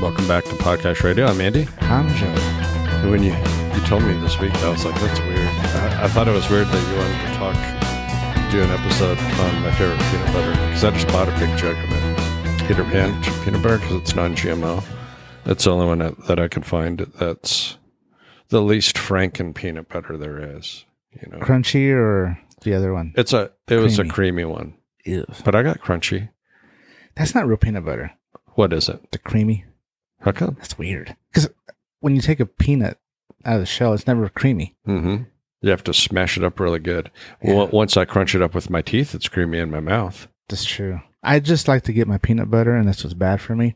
Welcome back to Podcast Radio. I'm Andy. I'm Joe. And When you, you told me this week, I was like, that's weird. I, I thought it was weird that you wanted to talk, do an episode on my favorite peanut butter because I just bought a big jug of it. Peter Pan ch- peanut butter because it's non GMO. It's the only one that, that I can find that's the least Franken peanut butter there is. You know, Crunchy or the other one? it's a, it was a Creamy. creamy one, Ew. but I got crunchy. That's not real peanut butter. What is it? The creamy. How come? That's weird. Because when you take a peanut out of the shell, it's never creamy. hmm You have to smash it up really good. Well, once I crunch it up with my teeth, it's creamy in my mouth. That's true. I just like to get my peanut butter, and that's what's bad for me.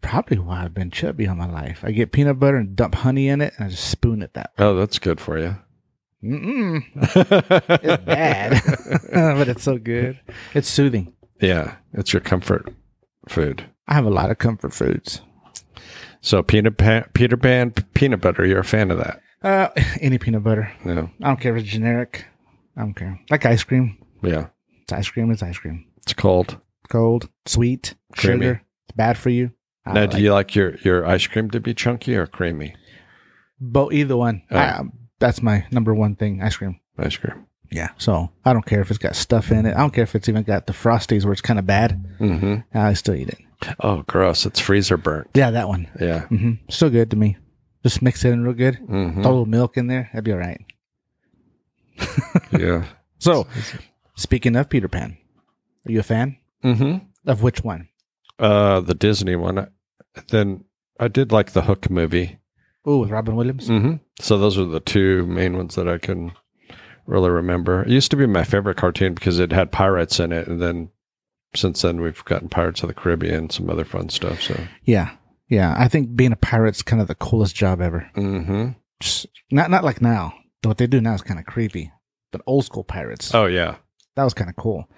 Probably why I've been chubby all my life. I get peanut butter and dump honey in it, and I just spoon it that. Oh, that's good for you. Mm-mm, it's it's bad, but it's so good. It's soothing. yeah, it's your comfort food. I have a lot of comfort foods. So peanut pan, Peter Pan p- peanut butter. You're a fan of that? Uh, any peanut butter. No. I don't care if it's generic. I don't care. Like ice cream. Yeah, It's ice cream. It's ice cream. it's cold. Cold, sweet, Creamy. sugar. It's bad for you. I now, like do you like your your ice cream to be chunky or creamy? Bo- either one. Oh. I- that's my number one thing. Ice cream. Ice cream. Yeah. So I don't care if it's got stuff in it. I don't care if it's even got the frosties where it's kind of bad. hmm I still eat it. Oh, gross! It's freezer burnt. Yeah, that one. Yeah. hmm Still good to me. Just mix it in real good. hmm Throw a little milk in there. That'd be all right. Yeah. So, speaking of Peter Pan, are you a fan hmm of which one? Uh, the Disney one. I- Then I did like the Hook movie. Oh, with Robin Williams. hmm So those are the two main ones that I can really remember. It used to be my favorite cartoon because it had pirates in it, and then since then we've gotten Pirates of the Caribbean and some other fun stuff. So Yeah, yeah. I think being a pirate's kind of the coolest job ever. hmm Just, not not like now. What they do now is kind of creepy. But old school pirates, oh yeah, that was kind of cool.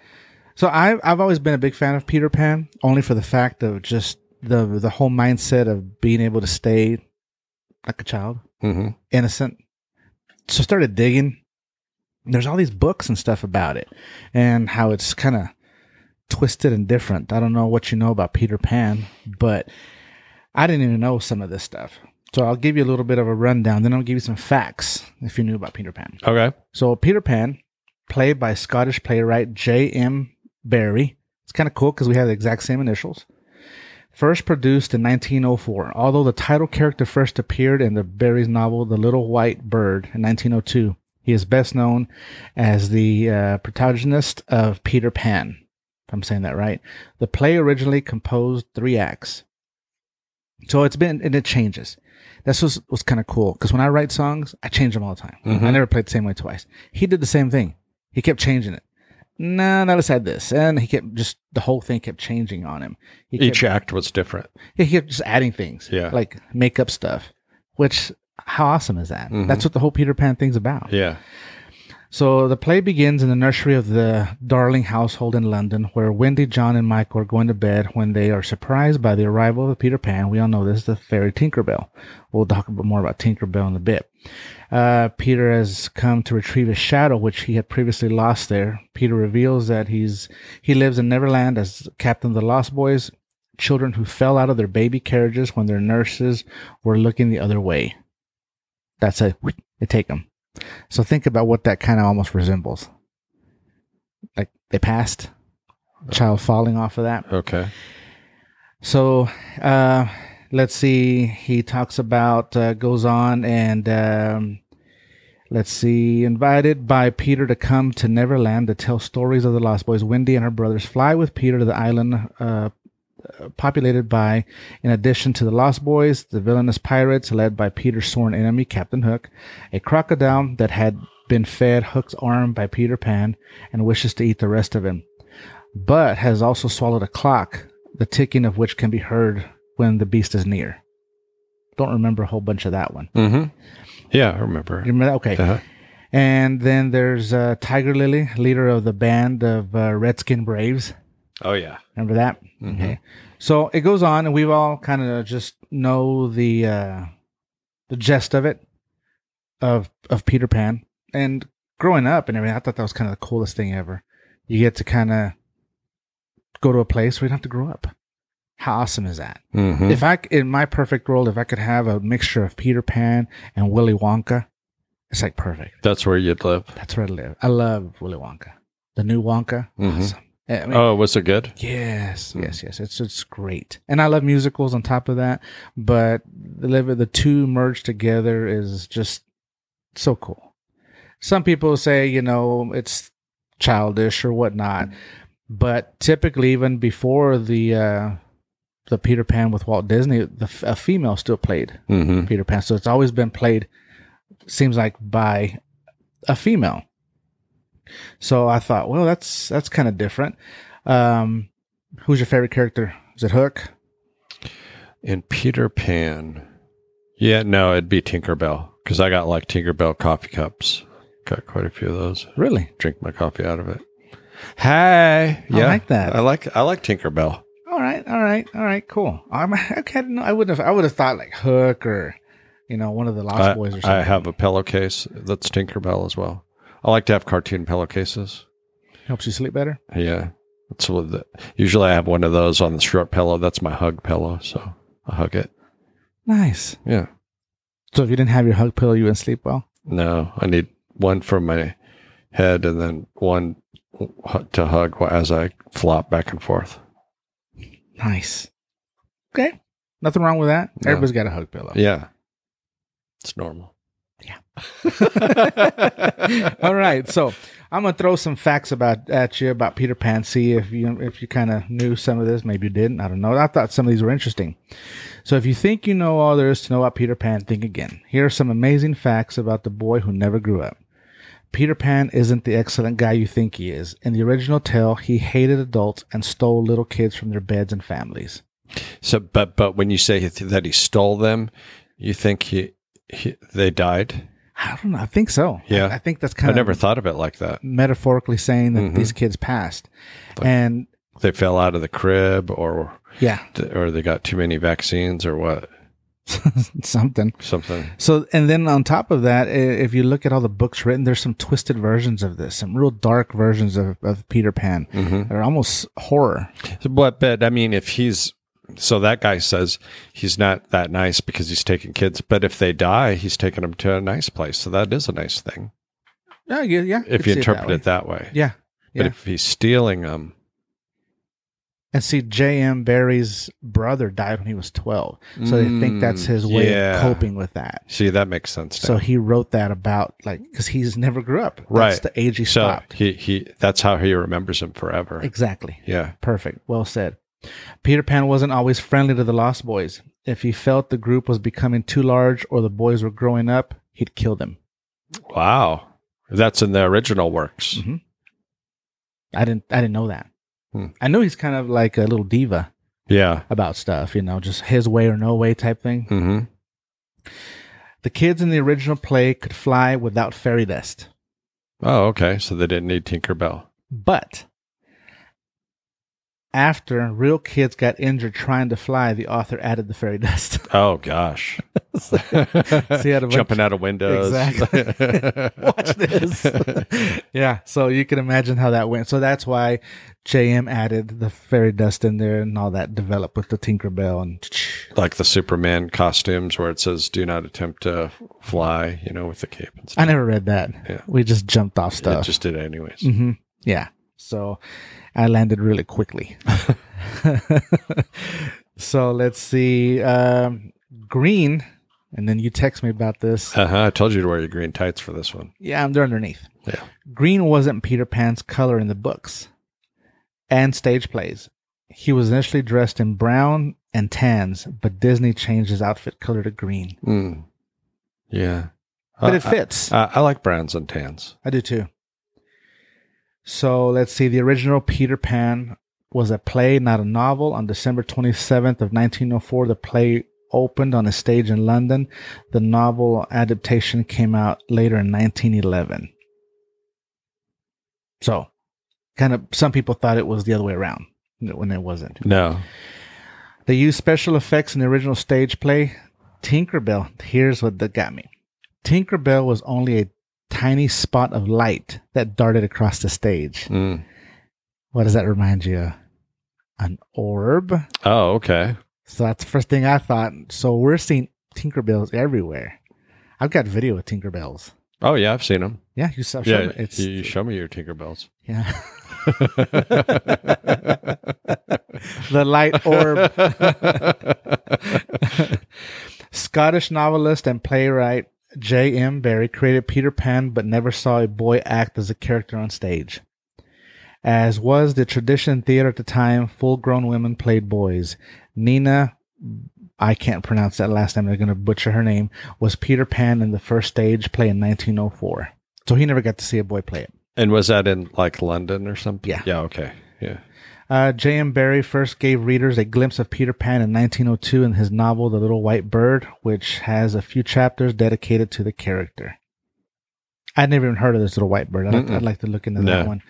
So I've I've always been a big fan of Peter Pan, only for the fact of just the the whole mindset of being able to stay like a child, hmm innocent. So I started digging. There's all these books and stuff about it, and how it's kind of twisted and different. I don't know what you know about Peter Pan, but I didn't even know some of this stuff. So I'll give you a little bit of a rundown, then I'll give you some facts if you knew about Peter Pan. okay, So Peter Pan, played by Scottish playwright J.M. Barrie. It's kind of cool because we have the exact same initials. First produced in 1904, although the title character first appeared in the Barry's novel *The Little White Bird* in 1902. He is best known as the uh, protagonist of *Peter Pan*. If I'm saying that right, the play originally composed three acts, so it's been and it changes. That's what's, what's kind of cool because when I write songs, I change them all the time. I never played the same way twice. He did the same thing. He kept changing it. No, no, let's add this, and he kept just the whole thing kept changing on him. He kept, each act was different. yeah, he kept just adding things, Yeah. like makeup stuff. Which how awesome is that? Mm-hmm. That's what the whole Peter Pan thing's about. Yeah, So the play begins in the nursery of the Darling household in London, where Wendy, John, and Michael are going to bed when they are surprised by the arrival of Peter Pan. We all know this, the fairy Tinkerbell. We'll talk a bit more about Tinkerbell in a bit. Uh, Peter has come to retrieve his shadow, which he had previously lost there. Peter reveals that he's he lives in Neverland as captain of the Lost Boys, children who fell out of their baby carriages when their nurses were looking the other way. That's a they take them. So think about what that kind of almost resembles. Like they passed, child falling off of that. okay, So uh, let's see. He talks about, uh, goes on and. Um, Let's see, invited by Peter to come to Neverland to tell stories of the Lost Boys, Wendy and her brothers fly with Peter to the island uh, populated by, in addition to the Lost Boys, the villainous pirates led by Peter's sworn enemy, Captain Hook, a crocodile that had been fed Hook's arm by Peter Pan and wishes to eat the rest of him, but has also swallowed a clock, the ticking of which can be heard when the beast is near. Don't remember a whole bunch of that one. hmm yeah, I You remember. remember that? Okay. Uh-huh. And then there's uh, Tiger Lily, leader of the band of uh, Redskin Braves. Oh yeah, Mm-hmm. Remember that? Okay. So it goes on, and we've all kind of just know the uh, the gist of it of of Peter Pan. And growing up and everything, I thought that was kind of the coolest thing ever. You get to kind of go to a place where you don't have to grow up. How awesome is that? Mm-hmm. If I, c- in my perfect world, if I could have a mixture of Peter Pan and Willy Wonka, it's like perfect. That's where you'd live. That's where I live. I love Willy Wonka. The new Wonka. Mhm. Awesome. I mean, Oh, was it good? Yes, Mm. yes, yes. It's it's great, and I love musicals. On top of that, but the live- the two merged together is just so cool. Some people say you know it's childish or whatnot, but typically even before the uh, the Peter Pan with Walt Disney, the f- a female still played Mm-hmm. Peter Pan, so it's always been played. Seems like by a female. So I thought, well, that's that's kind of different. Um, who's your favorite character? Is it Hook? And Peter Pan. Yeah, no, it'd be Tinkerbell because I got like Tinkerbell coffee cups. Got quite a few of those. Really? Drink my coffee out of it. Hey, yeah, like that. I like I like Tinkerbell. All right, all right, all right, cool. I'm okay. No, I wouldn't have. I would have thought like Hook or you know one of the Lost I, Boys or something. I have a pillowcase that's Tinkerbell as well. I like to have cartoon pillowcases. helps you sleep better. Yeah, that's what the, usually I have one of those on the short pillow. That's my hug pillow, so I hug it. Nice. Yeah, So if you didn't have your hug pillow, you wouldn't sleep well. no, I need one for my head and then one to hug as I flop back and forth. Nice. Okay. Nothing wrong with that. No. Everybody's got a hug pillow. Yeah. It's normal. Yeah. Yeah. All right, so I'm gonna throw some facts about at you about Peter Pan. See if you if you kind of knew some of this. Maybe you didn't. I don't know. I thought some of these were interesting. So if you think you know all there is to know about Peter Pan, think again. Here are some amazing facts about the boy who never grew up. Peter Pan isn't the excellent guy you think he is. In the original tale, he hated adults and stole little kids from their beds and families. so, but but when you say th- that he stole them, you think he, he they died? I don't know. I think so. Yeah. I, I think that's I kind of never thought of it like that. metaphorically saying that Mhm. these kids passed, Like- and They fell out of the crib, or yeah, or they got too many vaccines, or what? something. Something. So, and then on top of that, i- if you look at all the books written, there's some twisted versions of this, some real dark versions of, of Peter Pan. Mhm. They're almost horror. But but I mean, if he's so that guy says he's not that nice because he's taking kids, but if they die, he's taking them to a nice place. So that is a nice thing Yeah, yeah. yeah if could see you interpret it way. that way. yeah. But yeah. if he's stealing them, And see, J.M. Barry's brother died when he was 12. So they think that's Mm, his way yeah. of coping with that. See, that makes sense. Now. So he wrote that about, like, because he's never grew up. Right. That's the age he So stopped. he he that's how he remembers him forever. Exactly. Yeah. Perfect. Well said. Peter Pan wasn't always friendly to the Lost Boys. If he felt the group was becoming too large or the boys were growing up, he'd kill them. Wow. That's in the original works. Mhm. I didn't. I didn't know that. Hmm. I know he's kind of like a little diva Yeah. about stuff. You know, just his way or no way type thing. hmm The kids in the original play could fly without fairy dust, Oh, okay. So they didn't need Tinkerbell. but after real kids got injured trying to fly, the author added the fairy dust. Oh gosh. out of- Jumping out of windows. Exactly. Watch this. yeah, so you can imagine how that went. So that's why JM added the fairy dust in there and all that developed with the Tinkerbell and like the Superman costumes where it says do not attempt to fly, you know, with the cape and stuff. I never read that. Yeah. We just jumped off It stuff. just did anyways. hmm Yeah. So I landed really quickly. so let's see. Um, green, and then you text me about this. Uh-huh. I told you to wear your green tights for this one. Yeah, they're underneath. Yeah. Green wasn't Peter Pan's color in the books and stage plays. He was initially dressed in brown and tans, but Disney changed his outfit color to green. Mm. Yeah. But Uh, it fits. I, I like browns and tans. I do too. So let's see. The original Peter Pan was a play, not a novel. On December 27th of 1904, the play opened on a stage in London. The novel adaptation came out later in 1911. So, kind of, some people thought it was the other way around when it wasn't. No. They used special effects in the original stage play. Tinkerbell, here's what that got me. Tinkerbell was only a tiny spot of light that darted across the stage. Mm. What does that remind you of? an orb. Oh, okay. So that's the first thing I thought. So we're seeing Tinkerbells everywhere. I've got video of Tinkerbells. Oh, yeah, I've seen them. Yeah, you saw. yeah, it's you, you show me your Tinkerbells. yeah. the light orb. Scottish novelist and playwright J. M. Barrie created Peter Pan, but never saw a boy act as a character on stage. As was the tradition in theater at the time, full-grown women played boys. Nina, I can't pronounce that last name. They're going to butcher her name. Was Peter Pan in the first stage play in 1904? So he never got to see a boy play it. and was that in like London or something? Yeah. Yeah, okay. Yeah. Uh, J.M. Barrie first gave readers a glimpse of Peter Pan in 1902 in his novel The Little White Bird, which has a few chapters dedicated to the character. I'd never even heard of this Little White Bird. I'd, Mm-mm. I'd like to look into No. that one.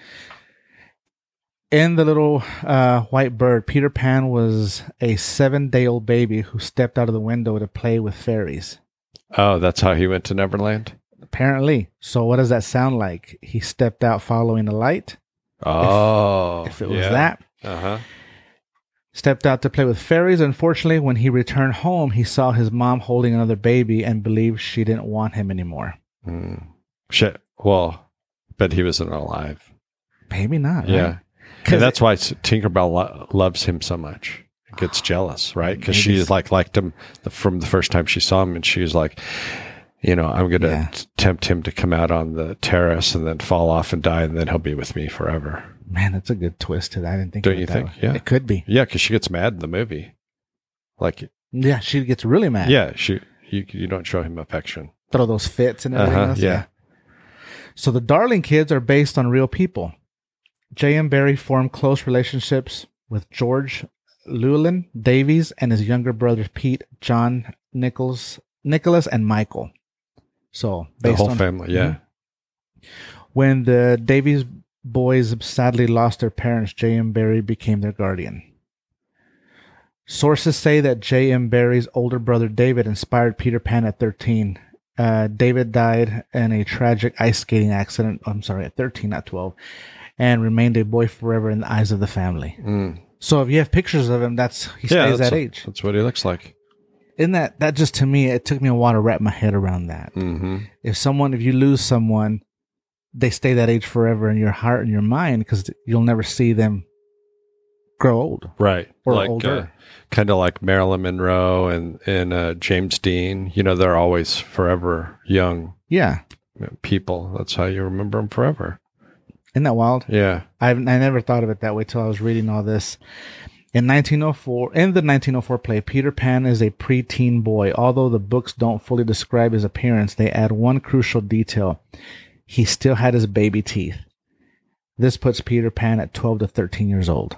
In The Little uh, White Bird, Peter Pan was a seven day old baby who stepped out of the window to play with fairies. Oh, that's how he went to Neverland? Apparently. So, what does that sound like? He stepped out following the light? Oh. if it was that. Uh huh. stepped out to play with fairies. Unfortunately, when he returned home, he saw his mom holding another baby and believed she didn't want him anymore. Mm. Shit. Well, but he wasn't alive. Maybe not. Yeah. right? And that's why s- Tinkerbell lo- loves him so much. Gets jealous, right? Because Ah, Maybe she's so. like liked him the, from the first time she saw him, and she's like, you know, I'm gonna Yeah. t- tempt him to come out on the terrace and then fall off and die, and then he'll be with me forever. man, that's a good twist to that. I didn't think. Don't of it you that think? way. Yeah. it could be. Yeah, because she gets mad in the movie. Like, Yeah, she gets really mad. yeah, she you you don't show him affection. throw those fits and everything Uh-huh, else. yeah. So the Darling Kids are based on real people. J. M. Barrie formed close relationships with George Llewellyn Davies and his younger brothers Pete, John Nichols, Nicholas, and Michael. So The based whole on family. Yeah. When the Davies boys sadly lost their parents, J.M. Barrie became their guardian. Sources say that J.M. Barrie's older brother David inspired Peter Pan at 13. Uh, David died in a tragic ice skating accident, I'm sorry, at 13, not 12, and remained a boy forever in the eyes of the family. Mm. So if you have pictures of him, that's Mm-hmm. yeah. he stays that's that a- age. That's what he looks like. Isn't that, that just to me, it took me a while to wrap my head around that Mm-hmm. if someone if you lose someone they stay that age forever in your heart and your mind because you'll never see them grow old right or like, older. kind of like marilyn monroe and and uh, james dean you know they're always forever young yeah people that's how you remember them forever isn't that wild yeah I've, i never thought of it that way till i was reading all this in 1904 in the 1904 play peter pan is a preteen boy although the books don't fully describe his appearance they add one crucial detail he still had his baby teeth this puts peter pan at 12 to 13 years old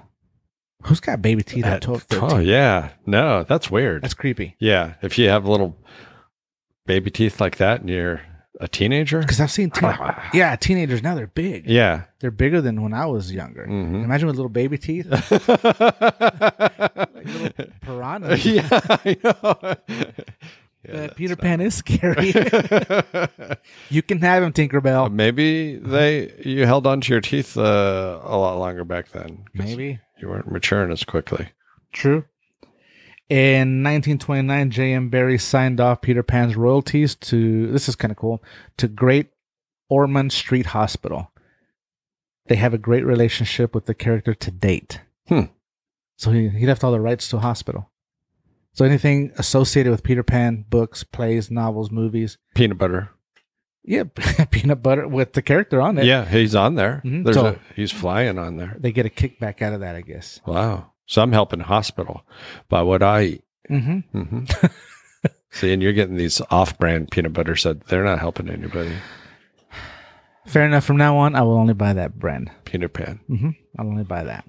who's got baby teeth at, At- 12 13 oh yeah no that's weird that's creepy yeah if you have little baby teeth like that and you're a teenager Because I've seen, teen- yeah, teenagers now they're big. yeah They're bigger than when I was younger. Mhm. Imagine with little baby teeth, piranha. yeah, I know. Yeah, Uh, that's Peter not- Pan is scary. you can have him, Tinkerbell. Maybe they you held on to your teeth uh, a lot longer back then. 'cause Maybe you weren't maturing as quickly. true. In 1929, J.M. Barrie signed off Peter Pan's royalties to this is kind of cool to Great Ormond Street Hospital. They have a great relationship with the character to date. Hmm. So he, he left all the rights to a hospital. So anything associated with Peter Pan, books, plays, novels, movies. Peanut butter. Yeah, peanut butter with the character on it. Yeah, he's on there. Mhm. There's So- a, he's flying on there. They get a kickback out of that, I guess. Wow. So I'm helping hospital by what I eat. Mm-hmm. hmm See, and you're getting these off-brand peanut butters that they're not helping anybody. Fair enough. From now on, I will only buy that brand. Peanut Pan. Mm-hmm. I'll only buy that.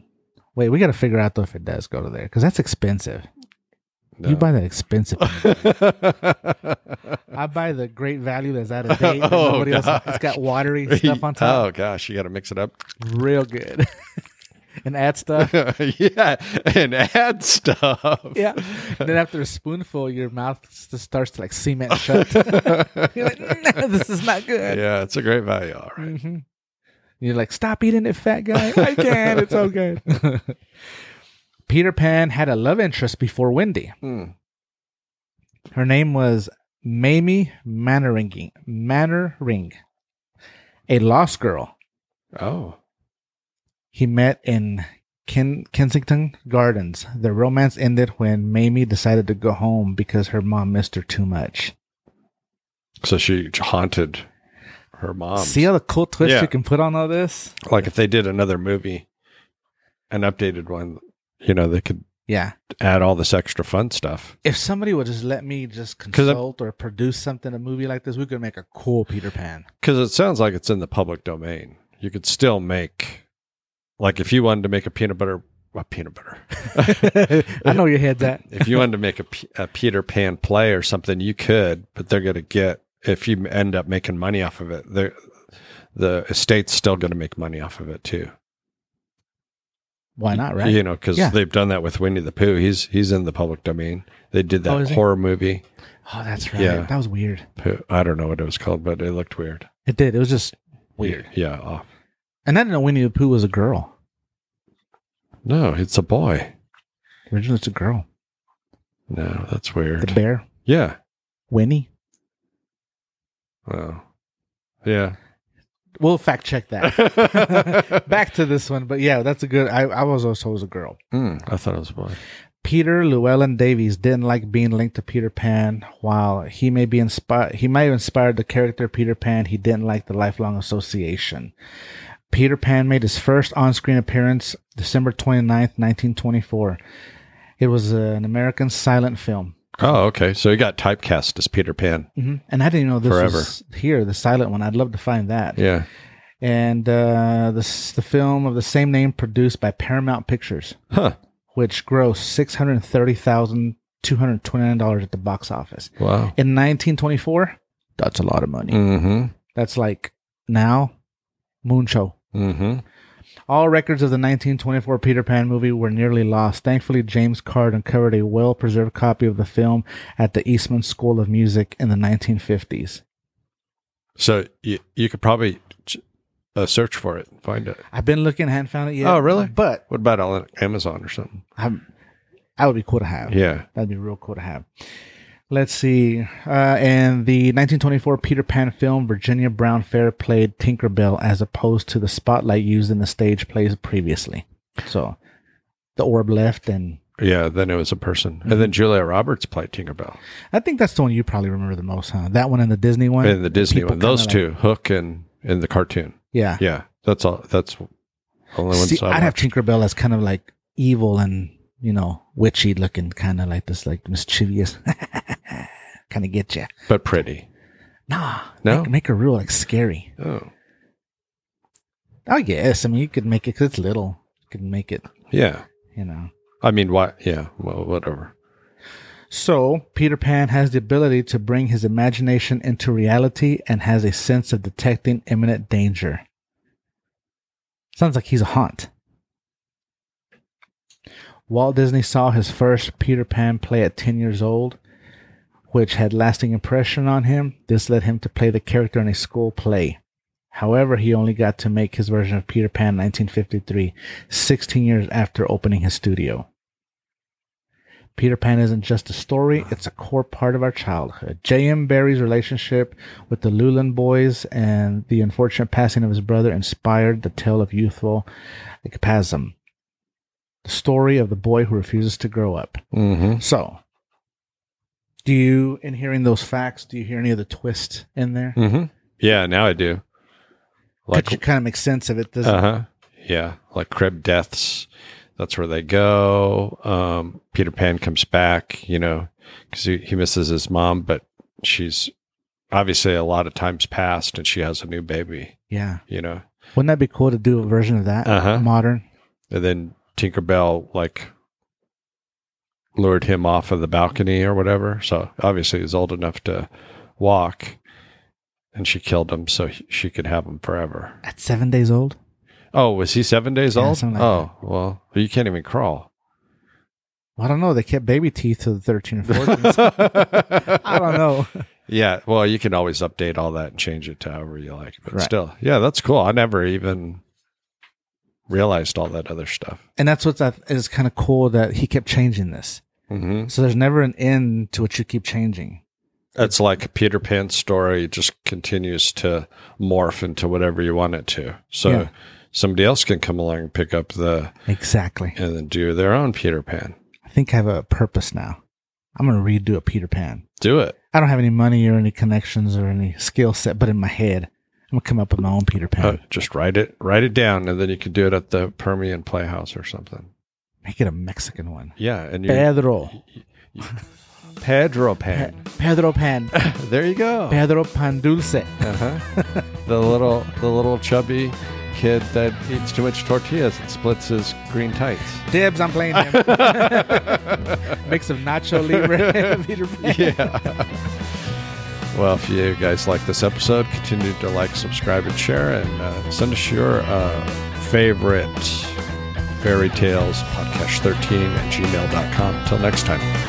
Wait, we got to figure out though if it does go to there because that's expensive. No. You buy that expensive. I buy the great value that's out of date. that Oh, nobody else. It's got gosh. uh, watery stuff on top. Oh gosh, you got to mix it up. Real good. and add stuff. yeah, and add stuff. Yeah. then after a spoonful, your mouth s- starts to like cement shut. You're like, "Mm, this is not good. Yeah, it's a great value. All right. Mhm. You're like, stop eating it, fat guy. I can't. It's okay. Peter Pan had a love interest before Wendy. Hmm. Her name was Mamie Mannering, Mannering, a lost girl Oh. he met in Ken- Kensington Gardens. Their romance ended when Mamie decided to go home because her mom missed her too much. So she haunted her mom. See how the cool twist Yeah. you can put on all this? Like if they did another movie, an updated one, you know, they could Yeah. add all this extra fun stuff. If somebody would just let me just 'Cause I'm- consult or produce something, a movie like this, we could make a cool Peter Pan. Because it sounds like it's in the public domain. You could still make, like, if you wanted to make a peanut butter, a peanut butter. I know your head's at. if you wanted to make a, P- a Peter Pan play or something, you could, but they're going to get, if you end up making money off of it, they're- the estate's still going to make money off of it too. Why not, right? You know, because Yeah. they've done that with Winnie the Pooh. He's he's in the public domain. They did that Oh, is he? horror movie. Oh, that's right. Yeah. That was weird. Pooh- I don't know what it was called, but it looked weird. It did. It was just weird. Yeah. off. And I didn't know Winnie the Pooh was a girl. No, it's a boy. Originally, it's a girl. No, that's The weird. bear, Yeah. Winnie. Wow. Yeah. We'll fact check that. back to this one, but yeah, that's a good. I, I was also was a girl. Mm, I thought it was a boy. Peter Llewellyn Davies didn't like being linked to Peter Pan. While he may be inspired, he might have inspired the character Peter Pan. He didn't like the lifelong association. Peter Pan made his first on-screen appearance December 29th, 1924. It was uh, an American silent film. Oh, okay. So he got typecast as Peter Pan. hmm And I didn't know this Forever. was here, the silent one. I'd love to find that. Yeah. And uh, this, the film of the same name produced by Paramount Pictures. Huh. which grossed six hundred thirty thousand two hundred twenty nine dollars at the box office Wow. in nineteen twenty four. That's a lot of money. Mm-hmm. That's like now, Mooncho. Mm-hmm. All records of the 1924 Peter Pan movie were nearly lost. Thankfully, James Card uncovered a well preserved copy of the film at the Eastman School of Music in the 1950s. So you you could probably ch- uh, search for it, and find it. I've been looking, I haven't found it yet. Oh, really? But What about on Amazon or something? I'm, that would be cool to have. Yeah. That'd be real cool to have. Let's see. Uh, in the 1924 Peter Pan film, Virginia Brown Fair played Tinkerbell as opposed to the spotlight used in the stage plays previously. So the orb left, and Yeah, then it was a person. Mm-hmm. And then Julia Roberts played Tinkerbell I think that's the one you probably remember the most, huh? That one and the Disney one? in the Disney people one. Those kinda two, Hook and in the cartoon. yeah. Yeah, that's all. That's the only one. See, I'd have Tinkerbell as kind of like evil and, you know, witchy looking, kind of like this, like mischievous. kind of get you. but pretty. Nah. No? Make, make her real, like scary. Oh, I guess. I mean, you could make it because it's little. You could make it, yeah. you know. I mean, why? Yeah. Well, whatever. So, Peter Pan has the ability to bring his imagination into reality and has a sense of detecting imminent danger. Sounds like he's a haunt. Walt Disney saw his first Peter Pan play at 10 years old, which had lasting impression on him. This led him to play the character in a school play. However, he only got to make his version of Peter Pan in 1953, 16 years after opening his studio. Peter Pan isn't just a story, it's a core part of our childhood. J.M. Barrie's relationship with the Lulan boys and the unfortunate passing of his brother inspired the tale of youthful Ekpasm, the story of the boy who refuses to grow up. Mm-hmm. So, do you, in hearing those facts, do you hear any of the twist in there? Mm-hmm. Yeah. Now I do. Like, Like, you kind of make sense of it. Doesn't uh huh. Yeah, like crib deaths. That's where they go. Um, Peter Pan comes back. You know, because he, he misses his mom, but she's obviously a lot of times passed, and she has a new baby. Yeah. you know. Wouldn't that be cool to do a version of that? Uh-huh. Modern. And then Tinkerbell like lured him off of the balcony or whatever. So obviously he's old enough to walk and she killed him so he- she could have him forever. At seven days old? Oh, was he seven days Yeah, old? something like oh, well, you can't even crawl. Well, I don't know. They kept baby teeth to the 13 or 14. I I don't know. Yeah, well, you can always update all that and change it to however you like. But Right. still, yeah, that's cool. I never even realized all that other stuff. and that's what's that is kind of cool that he kept changing this. Mm-hmm. So there's never an end to what you keep changing. It's like Peter Pan's story just continues to morph into whatever you want it to. So Yeah. somebody else can come along and pick up the Exactly. and then do their own Peter Pan. I think I have a purpose now. I'm gonna redo a Peter Pan. Do it. I don't have any money or any connections or any skill set, but in my head, I'm gonna come up with my own Peter Pan. Uh, just write it, write it down, and then you could do it at the Permian Playhouse or something. Make it a Mexican one. Yeah, and you Pedro. Pedro Pan. Pedro Pan. There you go. Pedro Pan Dulce. Uh-huh. the little the little chubby kid that eats too much tortillas and splits his green tights. Dibs, I'm playing him. Mix of Nacho Libre and Peter Pan. Yeah. well, if you guys like this episode, continue to like, subscribe, and share, and uh, send us your uh, favorite fairy tales podcast 13 at gmail.com. Till next time.